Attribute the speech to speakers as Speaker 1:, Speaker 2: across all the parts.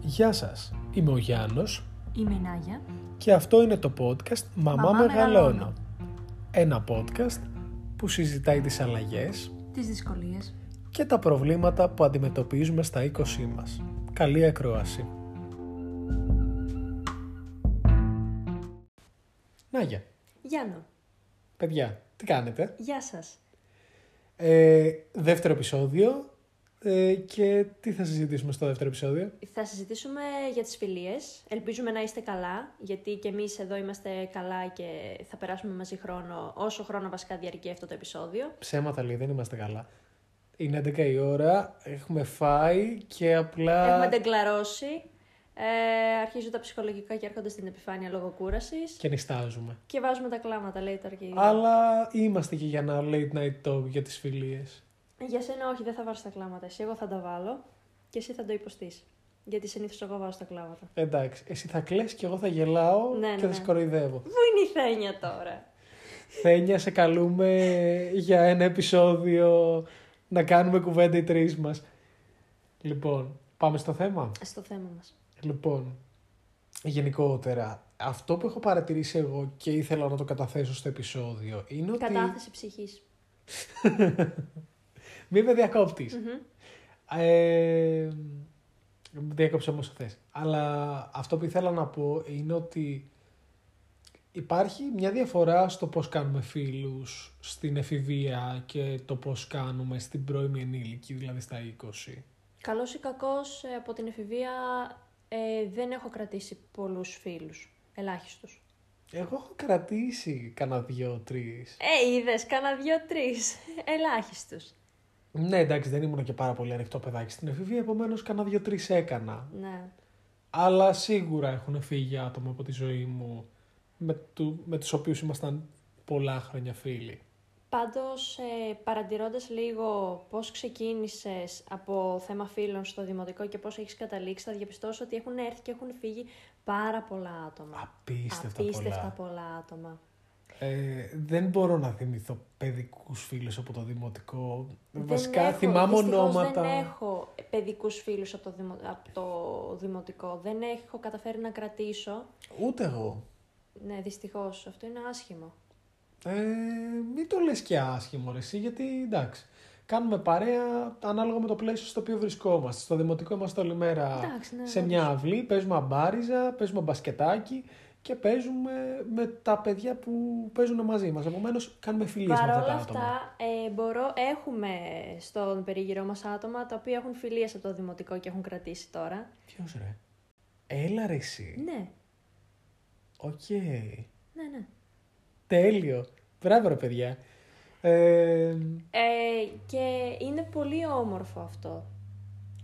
Speaker 1: Γεια σας, είμαι ο Γιάννος
Speaker 2: Είμαι η Νάγια.
Speaker 1: και αυτό είναι το podcast «Μαμά,
Speaker 2: Μαμά
Speaker 1: Μεγαλώνω».
Speaker 2: Μεγαλώνω.
Speaker 1: Ένα podcast που συζητάει τις αλλαγές
Speaker 2: Τις δυσκολίες.
Speaker 1: και τα προβλήματα που αντιμετωπίζουμε στα 20 μας. Καλή ακρόαση. Νάγια,
Speaker 2: Γιάννο,
Speaker 1: παιδιά, τι κάνετε.
Speaker 2: γεια σας.
Speaker 1: Ε, δεύτερο επεισόδιο ε, και τι θα συζητήσουμε στο δεύτερο επεισόδιο.
Speaker 2: Θα συζητήσουμε για τις φιλίες. Ελπίζουμε να είστε καλά, γιατί και εμείς εδώ είμαστε καλά και θα περάσουμε μαζί χρόνο, όσο χρόνο βασικά διαρκεί αυτό το επεισόδιο.
Speaker 1: Ψέματα λέει, δεν είμαστε καλά. Είναι 11 η ώρα, έχουμε φάει και απλά.
Speaker 2: Έχουμε τεγκλαρώσει. Ε, αρχίζουν τα ψυχολογικά και έρχονται στην επιφάνεια λόγω κούρασης.
Speaker 1: και νιστάζουμε.
Speaker 2: Και βάζουμε τα κλάματα, λέει τώρα και...
Speaker 1: Αλλά είμαστε και για ένα late night talk για τις φιλίες.
Speaker 2: Για σένα όχι, δεν θα βάλεις τα κλάματα. Εσύ εγώ θα τα βάλω και εσύ θα το υποστείς. Γιατί συνήθως εγώ βάζω τα κλάματα.
Speaker 1: Εντάξει, εσύ θα κλαις και εγώ θα γελάω
Speaker 2: Ναι,
Speaker 1: και
Speaker 2: ναι,
Speaker 1: θα σε
Speaker 2: ναι.
Speaker 1: κοροϊδεύω.
Speaker 2: Πού είναι η Θένια τώρα.
Speaker 1: Θένια, σε καλούμε για ένα επεισόδιο να κάνουμε κουβέντα οι τρεις μας. Λοιπόν, πάμε στο θέμα.
Speaker 2: Στο θέμα μας.
Speaker 1: Λοιπόν, γενικότερα, αυτό που έχω παρατηρήσει εγώ και ήθελα να το καταθέσω στο επεισόδιο είναι ότι...
Speaker 2: Κατάθεση ψυχής.
Speaker 1: Μη με διακοπτεις
Speaker 2: Μμμ.
Speaker 1: Ε, διακόψε όμως θες. Αλλά αυτό που ήθελα να πω είναι ότι υπάρχει μια διαφορά στο πώς κάνουμε φίλους στην εφηβεία και το πώς κάνουμε στην πρώιμη ενήλικη, δηλαδή στα 20.
Speaker 2: Καλός ή κακός, ε, από την εφηβεία ε, δεν έχω κρατήσει πολλούς φίλους. Ελάχιστους.
Speaker 1: Εγώ έχω κρατήσει κανένα δύο-τρεις.
Speaker 2: Ε, είδες, κάνα δύο-τρεις. Ελάχιστους.
Speaker 1: Ναι, εντάξει, δεν ήμουν και πάρα πολύ ανοιχτό παιδάκι στην εφηβεία, επομένως κανένα δύο-τρει έκανα.
Speaker 2: Ναι.
Speaker 1: Αλλά σίγουρα έχουν φύγει άτομα από τη ζωή μου με, του, με τους οποίους ήμασταν πολλά χρόνια φίλοι.
Speaker 2: Πάντως, ε, παρατηρώντας λίγο πώς ξεκίνησες από θέμα φίλων στο δημοτικό και πώς έχεις καταλήξει, θα διαπιστώσω ότι έχουν έρθει και έχουν φύγει πάρα πολλά άτομα.
Speaker 1: Απίστευτα, πολλά.
Speaker 2: πολλά άτομα.
Speaker 1: Ε, δεν μπορώ να θυμηθώ παιδικούς φίλους από το δημοτικό.
Speaker 2: Δεν
Speaker 1: Βασικά
Speaker 2: έχω,
Speaker 1: θυμάμαι
Speaker 2: δυστυχώς
Speaker 1: ονόματα.
Speaker 2: Δεν έχω παιδικούς φίλους από το, δημο, από το δημοτικό. Δεν έχω καταφέρει να κρατήσω.
Speaker 1: Ούτε εγώ.
Speaker 2: Ναι, δυστυχώς. Αυτό είναι άσχημο.
Speaker 1: Ε, μην το λες και άσχημο ρε εσύ, γιατί εντάξει. Κάνουμε παρέα ανάλογα με το πλαίσιο στο οποίο βρισκόμαστε. Στο δημοτικό είμαστε όλη μέρα
Speaker 2: Εντάξει, ναι,
Speaker 1: σε
Speaker 2: όντως.
Speaker 1: μια αυλή, παίζουμε αμπάριζα, παίζουμε μπασκετάκι και παίζουμε με τα παιδιά που παίζουν μαζί μας. Επομένως κάνουμε φιλίες με
Speaker 2: Παρ'
Speaker 1: αυτά τα
Speaker 2: όλα
Speaker 1: άτομα.
Speaker 2: αυτά, ε, μπορώ, έχουμε στον περίγυρό μας άτομα τα οποία έχουν φιλίες από το δημοτικό και έχουν κρατήσει τώρα.
Speaker 1: Ποιος ρε. Έλα ρε εσύ.
Speaker 2: Ναι,
Speaker 1: Οκ.
Speaker 2: ναι, ναι.
Speaker 1: Τέλειο. Μπράβο ρε παιδιά. Ε,
Speaker 2: Ε, και είναι πολύ όμορφο αυτό.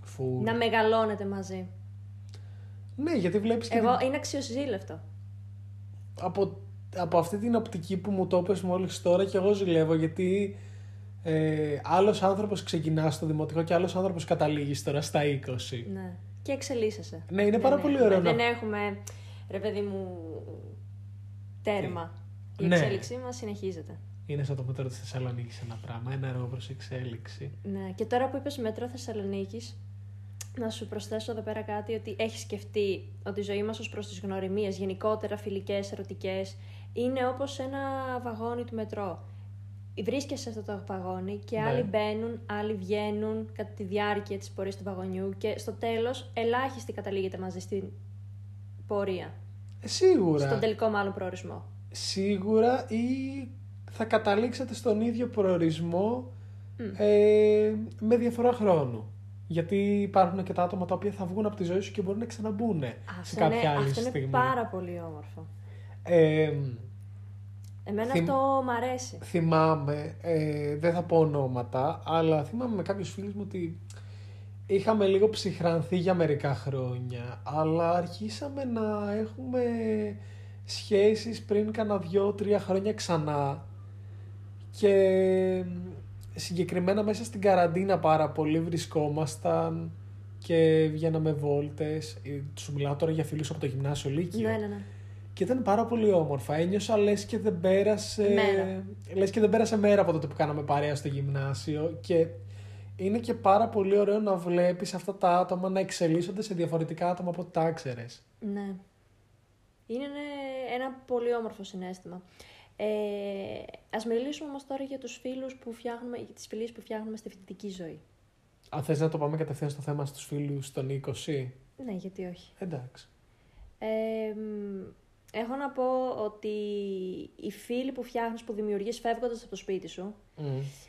Speaker 1: φουλ.
Speaker 2: Να μεγαλώνετε μαζί.
Speaker 1: Ναι, γιατί βλέπεις και
Speaker 2: Εγώ
Speaker 1: την-
Speaker 2: είναι αξιοζήλευτο.
Speaker 1: από, από αυτή την οπτική που μου το είπες μόλις τώρα και εγώ ζηλεύω γιατί ε, άλλος άνθρωπος ξεκινάς στο δημοτικό και άλλος άνθρωπος καταλήγεις τώρα στα 20.
Speaker 2: Ναι. Και εξελίσσεσαι.
Speaker 1: Ναι, είναι πάρα
Speaker 2: Δεν
Speaker 1: πολύ
Speaker 2: έχουμε-
Speaker 1: ωραίο να...
Speaker 2: Δεν έχουμε, ρε παιδί μου, τέρμα. Η
Speaker 1: Ναι.
Speaker 2: εξέλιξή μας συνεχίζεται.
Speaker 1: Είναι σαν το μέτρο της Θεσσαλονίκης ένα πράγμα, ένα έργο προς εξέλιξη.
Speaker 2: Ναι. Και τώρα που είπες Μέτρο Θεσσαλονίκης, να σου προσθέσω εδώ πέρα κάτι ότι έχεις σκεφτεί ότι η ζωή μας ως προς τις γνωριμίες, γενικότερα φιλικές, ερωτικές, είναι όπως ένα βαγόνι του μετρό. Βρίσκεσαι σε αυτό το βαγόνι και
Speaker 1: Ναι.
Speaker 2: άλλοι μπαίνουν, άλλοι βγαίνουν κατά τη διάρκεια της πορείας του βαγονιού και στο τέλος ελάχιστοι καταλήγετε μαζί στην πορεία.
Speaker 1: Ε, σίγουρα.
Speaker 2: Στον τελικό μάλλον προορισμό.
Speaker 1: Σίγουρα ή θα καταλήξετε στον ίδιο προορισμό
Speaker 2: Μμ.
Speaker 1: ε, με διαφορά χρόνου. Γιατί υπάρχουν και τα άτομα τα οποία θα βγουν από τη ζωή σου και μπορεί να ξαναμπούν σε
Speaker 2: Αυτό
Speaker 1: κάποια
Speaker 2: είναι,
Speaker 1: άλλη
Speaker 2: αυτό
Speaker 1: στιγμή.
Speaker 2: είναι πάρα πολύ όμορφο.
Speaker 1: Ε,
Speaker 2: Εμένα
Speaker 1: Θυμ-
Speaker 2: αυτό μ' αρέσει.
Speaker 1: θυμάμαι, ε, δεν θα πω ονόματα, αλλά θυμάμαι με κάποιους φίλους μου ότι είχαμε λίγο ψυχρανθεί για μερικά χρόνια, αλλά αρχίσαμε να έχουμε σχέσεις πριν κάνα δυο-τρία χρόνια ξανά και συγκεκριμένα μέσα στην καραντίνα πάρα πολύ βρισκόμασταν και βγαίναμε βόλτες. Ε, Σου μιλάω τώρα για φίλους από το γυμνάσιο Λύκειο.
Speaker 2: Ναι, ναι, ναι.
Speaker 1: Και ήταν πάρα πολύ όμορφα. Ένιωσα λες και δεν πέρασε.
Speaker 2: Μέρα.
Speaker 1: Λες και δεν πέρασε μέρα από τότε που κάναμε παρέα στο γυμνάσιο. Και είναι και πάρα πολύ ωραίο να βλέπεις αυτά τα άτομα να εξελίσσονται σε διαφορετικά άτομα από ό,τι τα άξερες.
Speaker 2: Ναι. Είναι ένα- ένα πολύ όμορφο συνέστημα. Ε, ας μιλήσουμε όμως τώρα για τους φίλους που φτιάχνουμε, για τις φιλίες που φτιάχνουμε στη φοιτητική ζωή.
Speaker 1: Αν θες να το πάμε κατευθείαν στο θέμα στους φίλους των 20,
Speaker 2: Ναι, γιατί όχι.
Speaker 1: εντάξει.
Speaker 2: Ε, μ, έχω να πω ότι οι φίλοι που φτιάχνεις, που δημιουργείς φεύγοντας από το σπίτι σου,
Speaker 1: Μμ.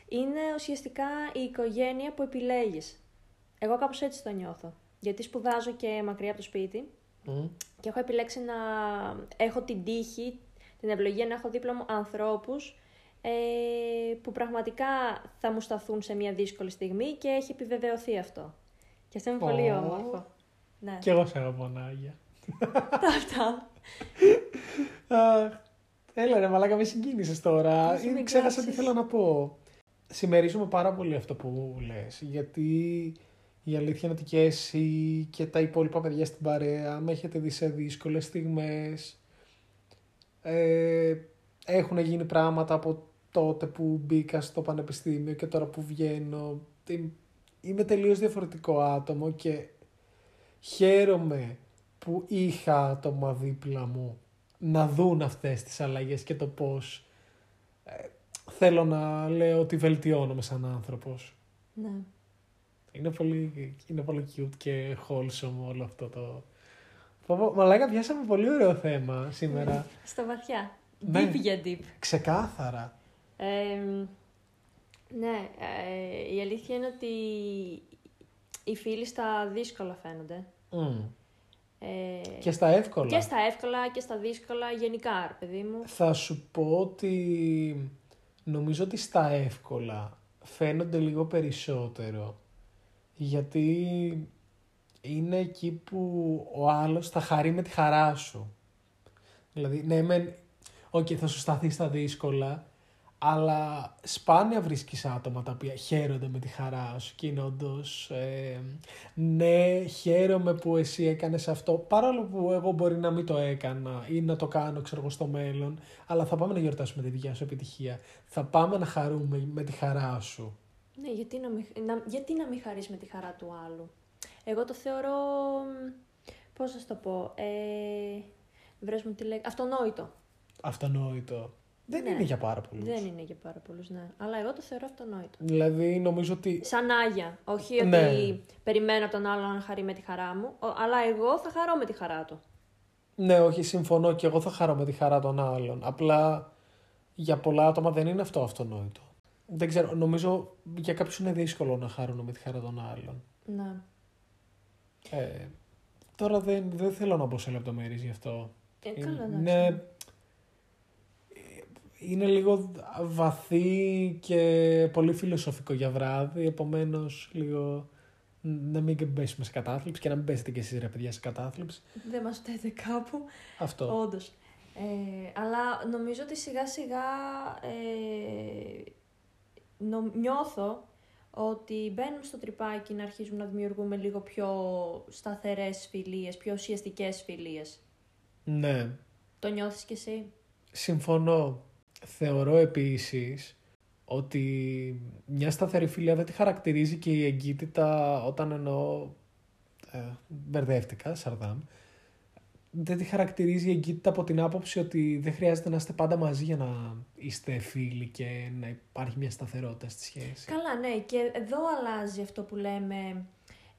Speaker 2: είναι ουσιαστικά η οικογένεια που επιλέγεις. Εγώ κάπως έτσι το νιώθω. Γιατί σπουδάζω και μακριά από το σπίτι
Speaker 1: Μμ.
Speaker 2: και έχω επιλέξει να έχω την τύχη, την ευλογία να έχω δίπλα μου ανθρώπους ε, που πραγματικά θα μου σταθούν σε μια δύσκολη στιγμή και έχει επιβεβαιωθεί αυτό. Και αυτό είναι πολύ
Speaker 1: Ω.
Speaker 2: όμορφο. Ναι,
Speaker 1: Κι εγώ σε αγαπώ, Νάγια.
Speaker 2: αυτά.
Speaker 1: Αχ, Έλα ρε μαλάκα, με συγκίνησες τώρα.
Speaker 2: Πώς με
Speaker 1: Ή Ξέχασα τι
Speaker 2: κράξεις.
Speaker 1: θέλω να πω. Συμμερίζομαι πάρα πολύ αυτό που λες, γιατί η αλήθεια είναι ότι και εσύ και τα υπόλοιπα παιδιά στην παρέα με έχετε δει σε δύσκολες στιγμές. Ε, έχουν γίνει πράγματα από τότε που μπήκα στο πανεπιστήμιο και τώρα που βγαίνω. Είμαι- Είμαι τελείως διαφορετικό άτομο και χαίρομαι που είχα άτομα δίπλα μου να δουν αυτές τις αλλαγές και το πώς ε, θέλω να λέω ότι βελτιώνομαι σαν άνθρωπος.
Speaker 2: Ναι.
Speaker 1: Είναι πολύ, είναι πολύ cute και wholesome όλο αυτό το... Φοβο- Μαλάκα πιάσαμε πολύ ωραίο θέμα σήμερα.
Speaker 2: Στα βαθιά.
Speaker 1: Ναι.
Speaker 2: Deep για deep.
Speaker 1: Ξεκάθαρα.
Speaker 2: Ε, ναι, ε, η αλήθεια είναι ότι οι φίλοι στα δύσκολα φαίνονται.
Speaker 1: Μμ.
Speaker 2: Ε,
Speaker 1: Και στα εύκολα.
Speaker 2: και στα εύκολα και στα δύσκολα γενικά, ρε παιδί μου.
Speaker 1: Θα σου πω ότι νομίζω ότι στα εύκολα φαίνονται λίγο περισσότερο γιατί είναι εκεί που ο άλλος θα χαρεί με τη χαρά σου. Δηλαδή, ναι, μεν, οκ, θα σου σταθεί στα δύσκολα, αλλά σπάνια βρίσκεις άτομα τα οποία χαίρονται με τη χαρά σου και είναι όντως, ε, ναι, χαίρομαι που εσύ έκανες αυτό, παρόλο που εγώ μπορεί να μην το έκανα ή να το κάνω, ξέρω εγώ, στο μέλλον, αλλά θα πάμε να γιορτάσουμε τη δικιά σου επιτυχία. Θα πάμε να χαρούμε με τη χαρά σου.
Speaker 2: Ναι, γιατί να μην, να, γιατί να μην χαρείς με τη χαρά του άλλου. Εγώ το θεωρώ, μ, πώς να σου το πω, ε, βρες μου τι λέει, αυτονόητο.
Speaker 1: Αυτονόητο. Δεν
Speaker 2: Ναι.
Speaker 1: είναι για πάρα πολλούς.
Speaker 2: Δεν είναι για πάρα πολλούς, ναι. Αλλά εγώ το θεωρώ αυτονόητο.
Speaker 1: Δηλαδή, νομίζω ότι
Speaker 2: Σαν Άγια. Όχι ότι
Speaker 1: Ναι.
Speaker 2: περιμένω από τον άλλον να χαρεί με τη χαρά μου, ο- αλλά εγώ θα χαρώ με τη χαρά του.
Speaker 1: Ναι, όχι, συμφωνώ και εγώ θα χαρώ με τη χαρά των άλλων. Απλά για πολλά άτομα δεν είναι αυτό αυτονόητο. Δεν ξέρω, νομίζω για κάποιους είναι δύσκολο να χαρούν με τη χαρά των άλλων.
Speaker 2: Ναι.
Speaker 1: Ε, τώρα δεν, δεν θέλω να μπω σε λεπτομέρειες γι' αυτό.
Speaker 2: Ε, καλά, εντάξει.
Speaker 1: είναι, ε, είναι λίγο βαθύ και πολύ φιλοσοφικό για βράδυ, επομένως λίγο να μην πέσουμε σε κατάθλιψη και να μην πέσετε κι εσείς ρε παιδιά σε κατάθλιψη.
Speaker 2: Δεν μας φταίτε κάπου.
Speaker 1: Αυτό.
Speaker 2: Όντως. Ε, αλλά νομίζω ότι σιγά σιγά ε, νο- νιώθω ότι μπαίνουμε στο τρυπάκι να αρχίζουμε να δημιουργούμε λίγο πιο σταθερές φιλίες, πιο ουσιαστικές φιλίες.
Speaker 1: Ναι.
Speaker 2: Το νιώθεις κι εσύ?
Speaker 1: Συμφωνώ. Θεωρώ επίσης ότι μια σταθερή φιλία δεν τη χαρακτηρίζει και η εγκύτητα όταν εννοώ... Ε, μπερδεύτηκα, σαρδάμ. Δεν τη χαρακτηρίζει η εγκύτητα από την άποψη ότι δεν χρειάζεται να είστε πάντα μαζί για να είστε φίλοι και να υπάρχει μια σταθερότητα στη σχέση.
Speaker 2: Καλά, ναι. Και εδώ αλλάζει αυτό που λέμε.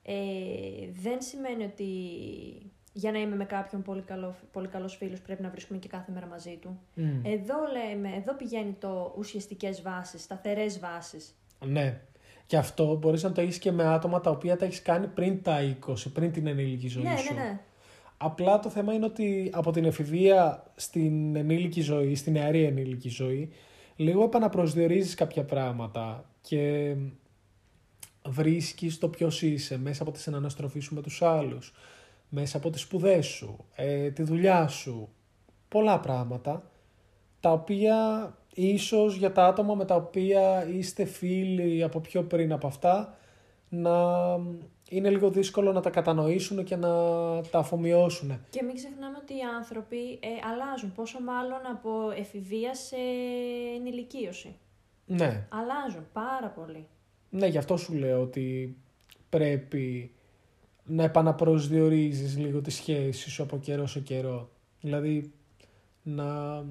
Speaker 2: Ε, δεν σημαίνει ότι για να είμαι με κάποιον πολύ, καλό, πολύ καλός φίλος πρέπει να βρίσκομαι και κάθε μέρα μαζί του.
Speaker 1: Μμ.
Speaker 2: Εδώ λέμε, εδώ πηγαίνει το ουσιαστικές βάσεις, σταθερές βάσεις.
Speaker 1: Ναι. Και αυτό μπορείς να το έχεις και με άτομα τα οποία τα έχεις κάνει πριν τα 20, πριν την ενήλικη ζωή
Speaker 2: ναι,
Speaker 1: σου.
Speaker 2: ναι, ναι.
Speaker 1: Απλά το θέμα είναι ότι από την εφηβεία στην ενήλικη ζωή, στην νεαρή ενήλικη ζωή, λίγο επαναπροσδιορίζεις κάποια πράγματα και βρίσκεις το ποιος είσαι μέσα από τη συναναστροφή σου με τους άλλους, μέσα από τις σπουδές σου, ε, τη δουλειά σου, πολλά πράγματα, τα οποία ίσως για τα άτομα με τα οποία είστε φίλοι από πιο πριν από αυτά, να είναι λίγο δύσκολο να τα κατανοήσουν και να τα αφομοιώσουν.
Speaker 2: Και μην ξεχνάμε ότι οι άνθρωποι ε, αλλάζουν, πόσο μάλλον από εφηβεία σε ενηλικίωση.
Speaker 1: Ναι.
Speaker 2: Αλλάζουν πάρα πολύ.
Speaker 1: Ναι, γι' αυτό σου λέω ότι πρέπει να επαναπροσδιορίζεις λίγο τη σχέση σου από καιρό σε καιρό. Δηλαδή, να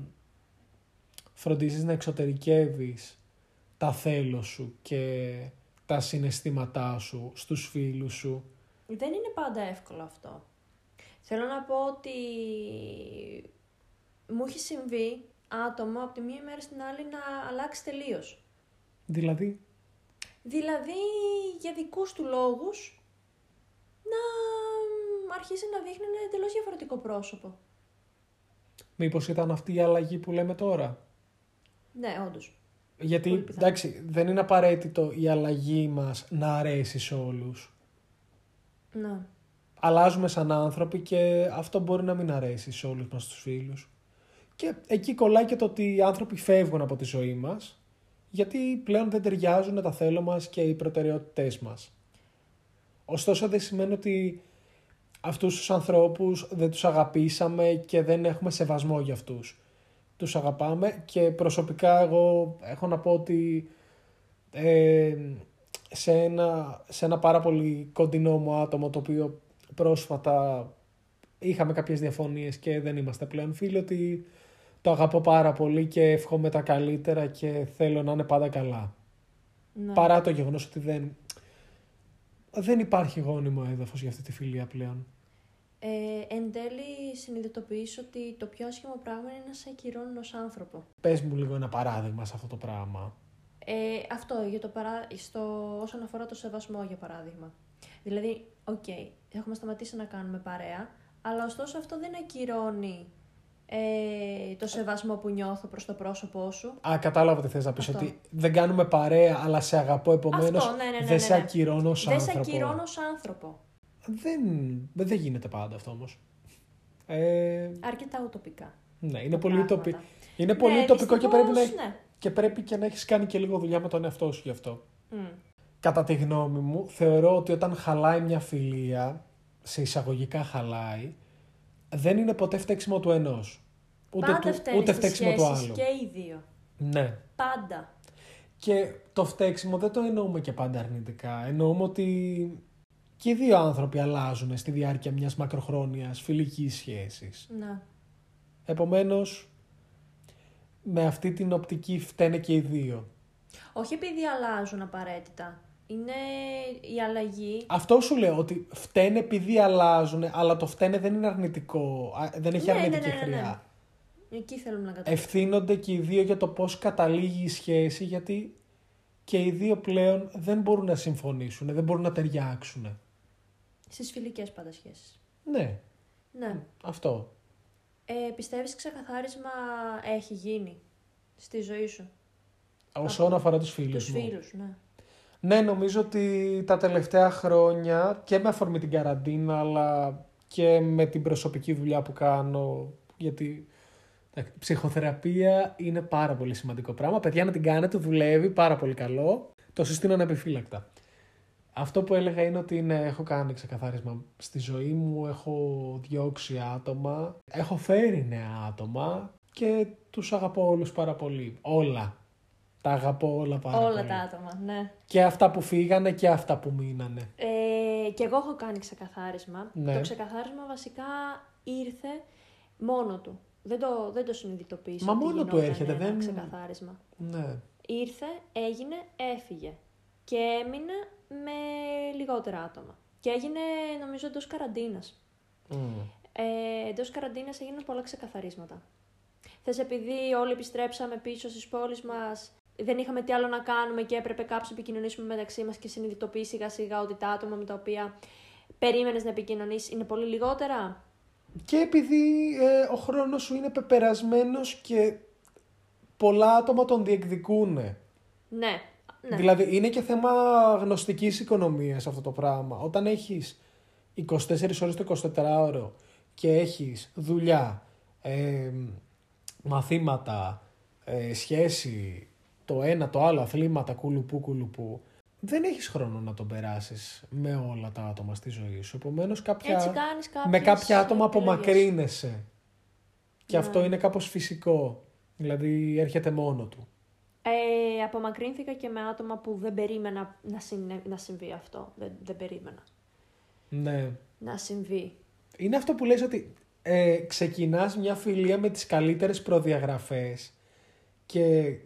Speaker 1: φροντίζεις να εξωτερικεύεις τα θέλω σου και τα συναισθήματά σου στους φίλους σου.
Speaker 2: Δεν είναι πάντα εύκολο αυτό. Θέλω να πω ότι μου έχει συμβεί άτομα από τη μία μέρα στην άλλη να αλλάξει τελείως.
Speaker 1: Δηλαδή,
Speaker 2: Δηλαδή για δικούς του λόγους να αρχίσει να δείχνει ένα εντελώς διαφορετικό πρόσωπο.
Speaker 1: μήπως ήταν αυτή η αλλαγή που λέμε τώρα.
Speaker 2: Ναι, όντως. Πολύ
Speaker 1: Γιατί,
Speaker 2: πιθανό.
Speaker 1: εντάξει, δεν είναι απαραίτητο η αλλαγή μας να αρέσει σε όλους.
Speaker 2: Ναι.
Speaker 1: αλλάζουμε σαν άνθρωποι και αυτό μπορεί να μην αρέσει σε όλους μας τους φίλους. Και εκεί κολλάει και το ότι οι άνθρωποι φεύγουν από τη ζωή μας, γιατί πλέον δεν ταιριάζουν τα θέλω μας και οι προτεραιότητές μας. Ωστόσο δεν σημαίνει ότι αυτούς τους ανθρώπους δεν τους αγαπήσαμε και δεν έχουμε σεβασμό για αυτούς. Τους αγαπάμε και προσωπικά εγώ έχω να πω ότι ε, σε, ένα, σε ένα πάρα πολύ κοντινό μου άτομο το οποίο πρόσφατα είχαμε κάποιες διαφωνίες και δεν είμαστε πλέον φίλοι ότι το αγαπώ πάρα πολύ και εύχομαι τα καλύτερα και θέλω να είναι πάντα καλά.
Speaker 2: ναι.
Speaker 1: Παρά το γεγονός ότι δεν, δεν υπάρχει γόνιμο έδαφος για αυτή τη φιλία πλέον.
Speaker 2: Ε, εν τέλει συνειδητοποιήσω ότι το πιο άσχημο πράγμα είναι να σε ακυρώνουν ως άνθρωπο.
Speaker 1: Πες μου λίγο ένα παράδειγμα σε αυτό το πράγμα.
Speaker 2: Ε, αυτό για το παρά... στο... όσον αφορά το σεβασμό, για παράδειγμα. Δηλαδή, οκ, έχουμε σταματήσει να κάνουμε παρέα, αλλά ωστόσο αυτό δεν ακυρώνει ε, το σεβασμό που νιώθω προς το πρόσωπό σου.
Speaker 1: Α, κατάλαβα τι θες να πεις,
Speaker 2: Αυτό.
Speaker 1: ότι δεν κάνουμε παρέα αλλά σε αγαπώ επομένως
Speaker 2: Αυτό, ναι, ναι, ναι,
Speaker 1: δεν
Speaker 2: ναι,
Speaker 1: σε
Speaker 2: ναι.
Speaker 1: ακυρώνω ως
Speaker 2: Δεν σε
Speaker 1: άνθρωπο.
Speaker 2: ακυρώνω ως άνθρωπο.
Speaker 1: Δεν, δεν γίνεται πάντα αυτό όμως. Ε,
Speaker 2: Αρκετά ουτοπικά.
Speaker 1: ναι, είναι πολύ,
Speaker 2: πράγματα.
Speaker 1: ουτοπι... είναι πολύ
Speaker 2: Ναι,
Speaker 1: ουτοπικό και πρέπει, να...
Speaker 2: δυστυχώς, Ναι.
Speaker 1: και πρέπει και να έχεις κάνει και λίγο δουλειά με τον εαυτό σου γι' αυτό.
Speaker 2: Μμ.
Speaker 1: Κατά τη γνώμη μου, θεωρώ ότι όταν χαλάει μια φιλία, σε εισαγωγικά χαλάει, δεν είναι ποτέ φταίξιμο του ενός. Ούτε,
Speaker 2: Πάντα
Speaker 1: του, ούτε
Speaker 2: φταίνε στις
Speaker 1: φταίξιμο του
Speaker 2: σχέσεις
Speaker 1: άλλου.
Speaker 2: και οι δύο.
Speaker 1: Ναι.
Speaker 2: Πάντα.
Speaker 1: Και το φταίξιμο δεν το εννοούμε και πάντα αρνητικά. Εννοούμε ότι και οι δύο άνθρωποι αλλάζουν στη διάρκεια μιας μακροχρόνιας φιλικής σχέσης.
Speaker 2: Να.
Speaker 1: Επομένως, με αυτή την οπτική φταίνε και οι δύο.
Speaker 2: Όχι επειδή αλλάζουν απαραίτητα. Είναι η αλλαγή.
Speaker 1: Αυτό σου λέω ότι φταίνε επειδή αλλάζουν, αλλά το φταίνε δεν είναι αρνητικό, α, δεν έχει
Speaker 2: Ναι, ναι,
Speaker 1: αρνητική
Speaker 2: ναι, ναι, ναι.
Speaker 1: χρειά.
Speaker 2: Εκεί θέλουμε να καταλήξουμε.
Speaker 1: Ευθύνονται και οι δύο για το πώς καταλήγει η σχέση, γιατί και οι δύο πλέον δεν μπορούν να συμφωνήσουν, δεν μπορούν να ταιριάξουν. Ε,
Speaker 2: Στις φιλικές πάντα σχέσεις.
Speaker 1: Ναι,
Speaker 2: Ναι.
Speaker 1: αυτό.
Speaker 2: Ε, πιστεύεις ξεκαθάρισμα έχει γίνει στη ζωή σου.
Speaker 1: Όσον αφορά τους φίλους
Speaker 2: Τους
Speaker 1: μου.
Speaker 2: φίλους, ναι.
Speaker 1: Ναι, νομίζω ότι τα τελευταία χρόνια και με αφορμή την καραντίνα, αλλά και με την προσωπική δουλειά που κάνω, γιατί εντάξει, ψυχοθεραπεία είναι πάρα πολύ σημαντικό πράγμα. Παιδιά να την κάνετε, δουλεύει πάρα πολύ καλό. Το συστήνω ανεπιφύλακτα. Αυτό που έλεγα είναι ότι ναι, έχω κάνει ξεκαθάρισμα στη ζωή μου, έχω διώξει άτομα, έχω φέρει νέα άτομα και τους αγαπώ όλους πάρα πολύ. Όλα. Τα αγαπώ όλα πάρα πολύ.
Speaker 2: Όλα τα άτομα, ναι.
Speaker 1: Και αυτά που φύγανε και αυτά που μείνανε.
Speaker 2: Ε, και εγώ έχω κάνει ξεκαθάρισμα.
Speaker 1: Ναι.
Speaker 2: Το ξεκαθάρισμα βασικά ήρθε μόνο του. Δεν το, δεν το συνειδητοποίησα.
Speaker 1: Μα
Speaker 2: ότι
Speaker 1: μόνο του
Speaker 2: γινόταν
Speaker 1: έρχεται,
Speaker 2: ένα
Speaker 1: δεν-
Speaker 2: ξεκαθάρισμα.
Speaker 1: Ναι.
Speaker 2: Ήρθε, έγινε, έφυγε. Και έμεινε με λιγότερα άτομα. Και έγινε, νομίζω, εντός καραντίνας. Ε, εντός καραντίνας έγιναν πολλά ξεκαθαρίσματα. Θες επειδή όλοι επιστρέψαμε πίσω στις πόλεις μας, δεν είχαμε τι άλλο να κάνουμε και έπρεπε κάπως να επικοινωνήσουμε μεταξύ μας και συνειδητοποιεί σιγά σιγά ότι τα άτομα με τα οποία περίμενες να επικοινωνήσει είναι πολύ λιγότερα.
Speaker 1: Και επειδή ε, ο χρόνος σου είναι πεπερασμένος και πολλά άτομα τον διεκδικούν.
Speaker 2: Ναι, ναι.
Speaker 1: Δηλαδή είναι και θέμα γνωστικής οικονομίας αυτό το πράγμα. Όταν έχεις 24 ώρες το 24ωρο και έχεις δουλειά, ε, μαθήματα, ε, σχέση, το ένα το άλλο, αθλήματα, κουλουπού κουλουπού, δεν έχεις χρόνο να τον περάσεις με όλα τα άτομα στη ζωή σου. Επομένως κάποια...
Speaker 2: Έτσι κάνεις κάποιες
Speaker 1: με κάποια άτομα
Speaker 2: επιλογές.
Speaker 1: απομακρύνεσαι. Και
Speaker 2: Ναι.
Speaker 1: αυτό είναι κάπως φυσικό. Δηλαδή έρχεται μόνο του.
Speaker 2: Ε, απομακρύνθηκα και με άτομα που δεν περίμενα να, συνε- να συμβεί αυτό. Δεν, δεν περίμενα
Speaker 1: Ναι.
Speaker 2: να συμβεί.
Speaker 1: Είναι αυτό που λες ότι ε, ξεκινάς μια φιλία με τις καλύτερες προδιαγραφές και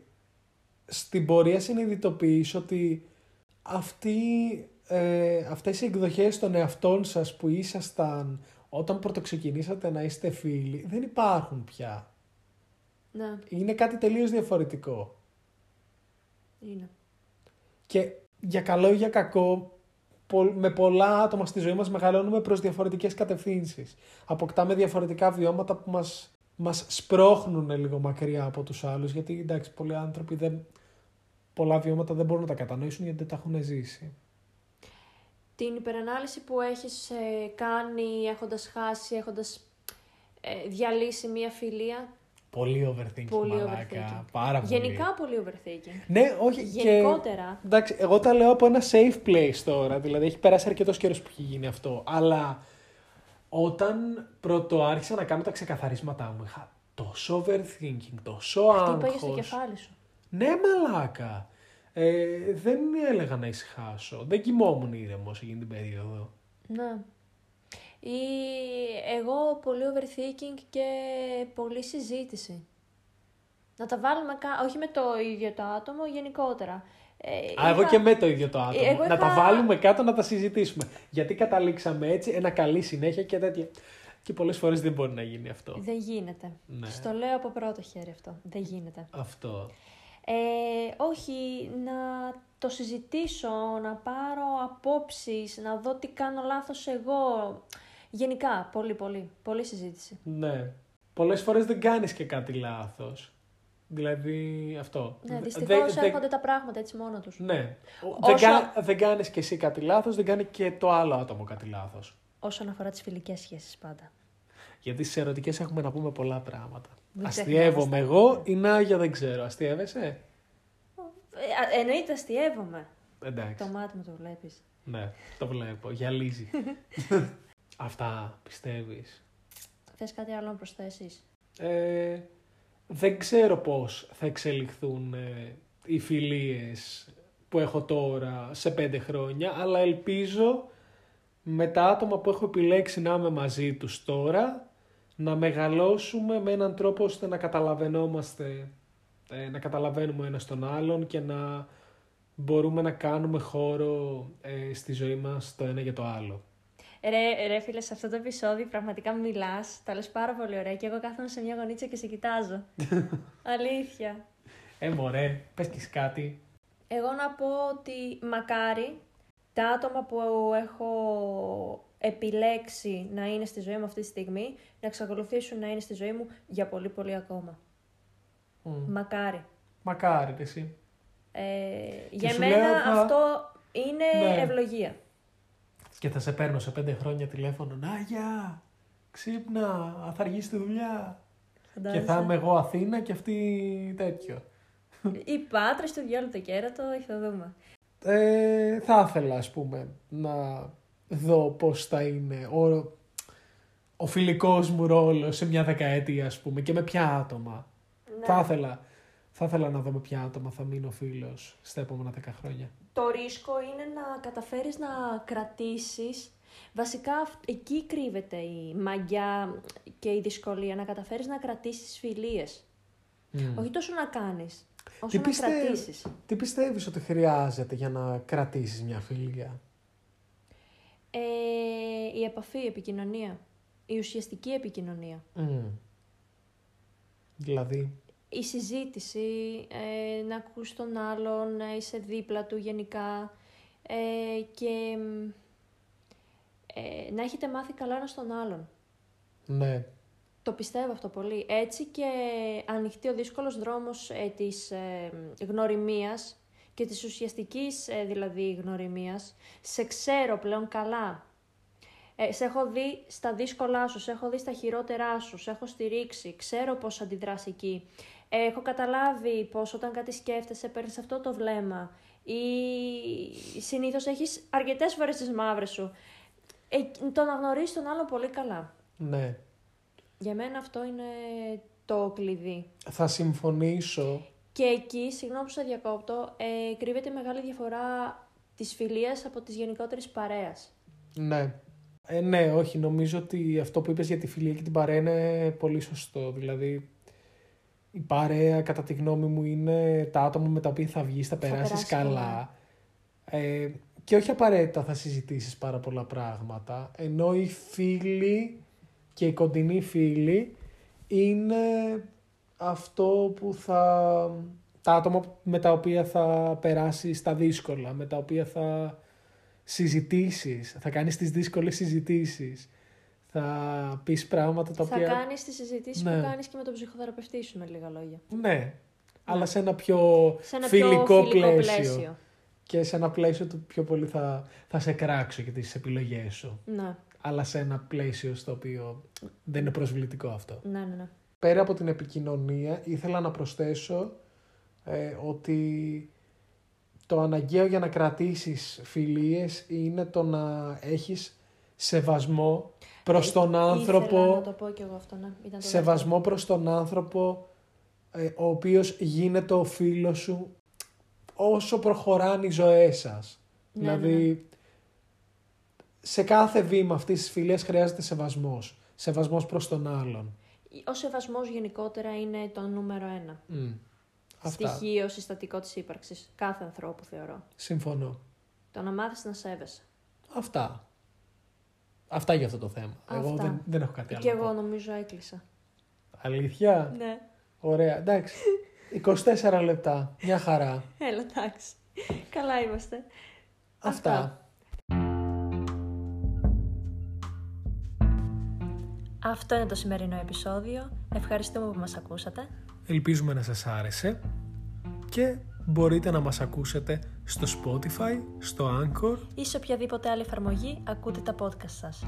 Speaker 1: στην πορεία συνειδητοποιείς ότι αυτοί, ε, αυτές οι εκδοχές των εαυτών σας που ήσασταν όταν πρωτοξεκινήσατε να είστε φίλοι δεν υπάρχουν πια.
Speaker 2: Ναι,
Speaker 1: Είναι κάτι τελείως διαφορετικό.
Speaker 2: είναι.
Speaker 1: Και για καλό ή για κακό, πο- με πολλά άτομα στη ζωή μας μεγαλώνουμε προς διαφορετικές κατευθύνσεις. Αποκτάμε διαφορετικά βιώματα που μας, μας σπρώχνουν λίγο μακριά από τους άλλους, γιατί εντάξει, πολλοί άνθρωποι δεν, πολλά βιώματα δεν μπορούν να τα κατανοήσουν γιατί δεν τα έχουν ζήσει.
Speaker 2: Την υπερανάλυση που έχεις ε, κάνει έχοντας χάσει, έχοντας ε, διαλύσει μία φιλία.
Speaker 1: Πολύ overthinking,
Speaker 2: Πολύ
Speaker 1: μαλάκα.
Speaker 2: overthinking.
Speaker 1: Πάρα πολύ.
Speaker 2: Γενικά πολύ overthinking.
Speaker 1: Ναι, όχι. Και...
Speaker 2: Γενικότερα.
Speaker 1: Εντάξει, εγώ τα λέω από ένα safe place τώρα. Δηλαδή, έχει περάσει αρκετός καιρός που έχει γίνει αυτό. Αλλά όταν πρώτο άρχισα να κάνω τα ξεκαθαρίσματά μου, είχα τόσο overthinking, τόσο
Speaker 2: Χτύπαγε στο
Speaker 1: άγχος.
Speaker 2: κεφάλι σου.
Speaker 1: Ναι, μαλάκα. Ε, δεν έλεγα να ησυχάσω. Δεν κοιμόμουν ήρεμος εκείνη την περίοδο.
Speaker 2: Ναι. Ή εγώ πολύ overthinking και πολύ συζήτηση. Να τα βάλουμε κα... όχι με το ίδιο το άτομο, γενικότερα. Ε,
Speaker 1: Α, εγώ
Speaker 2: είχα- Ε,
Speaker 1: και με το ίδιο το άτομο.
Speaker 2: Εγώ
Speaker 1: Να τα
Speaker 2: είχα-
Speaker 1: βάλουμε κάτω να τα συζητήσουμε. Γιατί καταλήξαμε έτσι, ένα καλή συνέχεια και τέτοια. Και πολλές φορές δεν μπορεί να γίνει αυτό.
Speaker 2: Δεν γίνεται.
Speaker 1: Ναι.
Speaker 2: Στο λέω από πρώτο χέρι αυτό. Δεν γίνεται.
Speaker 1: Αυτό.
Speaker 2: Ε, όχι, να το συζητήσω, να πάρω απόψεις, να δω τι κάνω λάθος εγώ. Γενικά, πολύ, πολύ, πολύ συζήτηση.
Speaker 1: Ναι. Πολλές φορές δεν κάνεις και κάτι λάθος. Δηλαδή αυτό.
Speaker 2: Ναι,
Speaker 1: Δε-
Speaker 2: δυστυχώς
Speaker 1: δε- δε-
Speaker 2: έρχονται τα πράγματα έτσι μόνο τους.
Speaker 1: Ναι.
Speaker 2: Όσο-
Speaker 1: Δεν, κα, δεν κάνεις και εσύ κάτι λάθος, δεν κάνει και το άλλο άτομο κάτι λάθος.
Speaker 2: Όσον αφορά τις φιλικές σχέσεις πάντα.
Speaker 1: Γιατί στι ερωτικές έχουμε να πούμε πολλά πράγματα.
Speaker 2: Μην
Speaker 1: Αστειεύομαι
Speaker 2: ξεχνάμε.
Speaker 1: εγώ, η Νάγια δεν ξέρω. Αστειεύεσαι.
Speaker 2: Ε, α- εννοείται αστείευομαι. Το
Speaker 1: Εντάξει.
Speaker 2: μάτι μου το βλέπεις.
Speaker 1: Ναι, το βλέπω. Γυαλίζει. Αυτά πιστεύεις.
Speaker 2: Θες κάτι άλλο να προσθέσεις.
Speaker 1: Ε, δεν ξέρω πώς θα εξελιχθούν ε, οι φιλίες που έχω τώρα σε πέντε χρόνια, αλλά ελπίζω με τα άτομα που έχω επιλέξει να είμαι μαζί τους τώρα, να μεγαλώσουμε με έναν τρόπο ώστε να καταλαβαίνόμαστε, ε, να καταλαβαίνουμε ένα τον άλλον και να μπορούμε να κάνουμε χώρο ε, στη ζωή μας το ένα για το άλλο.
Speaker 2: Ρε, ρε φίλε, σε αυτό το επεισόδιο πραγματικά μιλάς, τα λες πάρα πολύ ωραία και εγώ κάθομαι σε μια γωνίτσα και σε κοιτάζω. Αλήθεια.
Speaker 1: Ε, μωρέ, πες και εσύ κάτι.
Speaker 2: Εγώ να πω ότι μακάρι τα άτομα που έχω επιλέξει να είναι στη ζωή μου αυτή τη στιγμή να εξακολουθήσουν να είναι στη ζωή μου για πολύ πολύ ακόμα.
Speaker 1: Μμ.
Speaker 2: Μακάρι.
Speaker 1: Μακάρι, ρε εσύ.
Speaker 2: Ε, για
Speaker 1: σου
Speaker 2: μένα
Speaker 1: λέω, θα-
Speaker 2: αυτό είναι
Speaker 1: Ναι.
Speaker 2: ευλογία.
Speaker 1: Και θα σε παίρνω σε πέντε χρόνια τηλέφωνο. Νάγια, ξύπνα, α, θα αργήσει τη δουλειά.
Speaker 2: Φαντάζεσαι.
Speaker 1: Και θα είμαι εγώ Αθήνα και αυτή τέτοιο.
Speaker 2: Οι πάτρες του διάλογου το κέρατο, όχι θα δούμε.
Speaker 1: Ε, θα ήθελα, ας πούμε, να δω πώς θα είναι ο, ο φιλικός μου ρόλος σε μια δεκαετία, ας πούμε, και με ποια άτομα.
Speaker 2: Ναι.
Speaker 1: Θα ήθελα. Θα ήθελα να δω με ποια άτομα θα μείνω φίλος στα επόμενα δέκα χρόνια.
Speaker 2: Το ρίσκο είναι να καταφέρεις να κρατήσεις. Βασικά αυ- εκεί κρύβεται η μαγιά και η δυσκολία, να καταφέρεις να κρατήσεις φιλίες.
Speaker 1: Μμμ.
Speaker 2: Όχι τόσο να κάνεις, όσο
Speaker 1: Τι
Speaker 2: να
Speaker 1: πιστε-
Speaker 2: κρατήσεις.
Speaker 1: Τι πιστεύεις ότι χρειάζεται για να κρατήσεις μια φιλία.
Speaker 2: Ε, η επαφή, η επικοινωνία, η ουσιαστική επικοινωνία,
Speaker 1: Μμ. Δηλαδή,
Speaker 2: η συζήτηση, ε, να ακούς τον άλλον, να είσαι δίπλα του γενικά ε, και μ, ε, να έχετε μάθει καλά ένας τον άλλον.
Speaker 1: ναι.
Speaker 2: Το πιστεύω αυτό πολύ. Έτσι και ανοιχτεί ο δύσκολος δρόμος ε, της ε, γνωριμίας και της ουσιαστικής ε, δηλαδή γνωριμίας. Σε ξέρω πλέον καλά. Ε, σε έχω δει στα δύσκολά σου, σε έχω δει στα χειρότερά σου, σε έχω στηρίξει, ξέρω πώς αντιδράς εκεί. Ε, έχω καταλάβει πώς όταν κάτι σκέφτεσαι παίρνεις αυτό το βλέμμα ή συνήθως έχεις αρκετές φορές τις μαύρες σου. Ε, το να γνωρίσεις τον άλλον πολύ καλά.
Speaker 1: Ναι.
Speaker 2: Για μένα αυτό είναι το κλειδί.
Speaker 1: Θα συμφωνήσω
Speaker 2: Και εκεί, συγγνώμη που σε διακόπτω, ε, κρύβεται η μεγάλη διαφορά της φιλίας από της γενικότερης παρέας.
Speaker 1: Ναι. Ε, ναι, όχι. Νομίζω ότι αυτό που είπες για τη φιλία και την παρέα είναι πολύ σωστό. Δηλαδή, η παρέα, κατά τη γνώμη μου, είναι τα άτομα με τα οποία θα βγεις, θα,
Speaker 2: Θα
Speaker 1: περάσεις
Speaker 2: περάσεις
Speaker 1: καλά. Ε, και όχι απαραίτητα θα συζητήσεις πάρα πολλά πράγματα. Ενώ οι φίλοι και οι κοντινοί φίλοι είναι αυτό που θα... τα άτομα με τα οποία θα περάσεις τα δύσκολα, με τα οποία θα συζητήσεις, θα κάνεις τις δύσκολες συζητήσεις, θα πεις πράγματα τα
Speaker 2: θα
Speaker 1: οποία...
Speaker 2: κάνεις τις συζητήσεις
Speaker 1: Ναι.
Speaker 2: που κάνεις και με τον ψυχοθεραπευτή σου, με λίγα λόγια.
Speaker 1: Ναι, αλλά σε ένα πιο
Speaker 2: Σε ένα
Speaker 1: φιλικό,
Speaker 2: πιο φιλικό
Speaker 1: πλαίσιο.
Speaker 2: πλαίσιο.
Speaker 1: Και σε ένα πλαίσιο το πιο πολύ θα, θα σε κράξω για τις επιλογές σου.
Speaker 2: Ναι,
Speaker 1: Αλλά σε ένα πλαίσιο στο οποίο δεν είναι προσβλητικό αυτό.
Speaker 2: ναι, ναι. ναι.
Speaker 1: πέρα από την επικοινωνία ήθελα να προσθέσω ε, ότι το αναγκαίο για να κρατήσεις φιλίες είναι το να έχεις σεβασμό προς τον
Speaker 2: Ε, Ήθελα να
Speaker 1: άνθρωπο,
Speaker 2: το πω κι εγώ αυτό, ναι. Ήταν το
Speaker 1: σεβασμό προς τον άνθρωπο ε, ο οποίος γίνεται ο φίλος σου όσο προχωράνε οι ζωές σας.
Speaker 2: Ναι, ναι,
Speaker 1: δηλαδή, σε κάθε βήμα αυτής της φιλίας χρειάζεται σεβασμός. Σεβασμός προς τον άλλον.
Speaker 2: δεύτερο. Ο σεβασμός γενικότερα είναι το νούμερο ένα.
Speaker 1: Μμ.
Speaker 2: Στοιχείο, συστατικό της ύπαρξης κάθε ανθρώπου, θεωρώ.
Speaker 1: Συμφωνώ.
Speaker 2: Το να μάθεις να σέβεσαι.
Speaker 1: Αυτά. Αυτά για αυτό το θέμα. Εγώ
Speaker 2: Αυτά.
Speaker 1: δεν, δεν έχω κάτι άλλο.
Speaker 2: Και
Speaker 1: να πω.
Speaker 2: εγώ νομίζω έκλεισα.
Speaker 1: Αλήθεια.
Speaker 2: Ναι.
Speaker 1: Ωραία. Εντάξει. 24 λεπτά. Μια χαρά. Αυτά.
Speaker 2: Έλα, εντάξει. Καλά είμαστε. Αυτό είναι το σημερινό επεισόδιο. Ευχαριστούμε που μας ακούσατε.
Speaker 1: Ελπίζουμε να σας άρεσε και μπορείτε να μας ακούσετε στο Spotify, στο Anchor
Speaker 2: ή σε οποιαδήποτε άλλη εφαρμογή ακούτε τα podcast σας.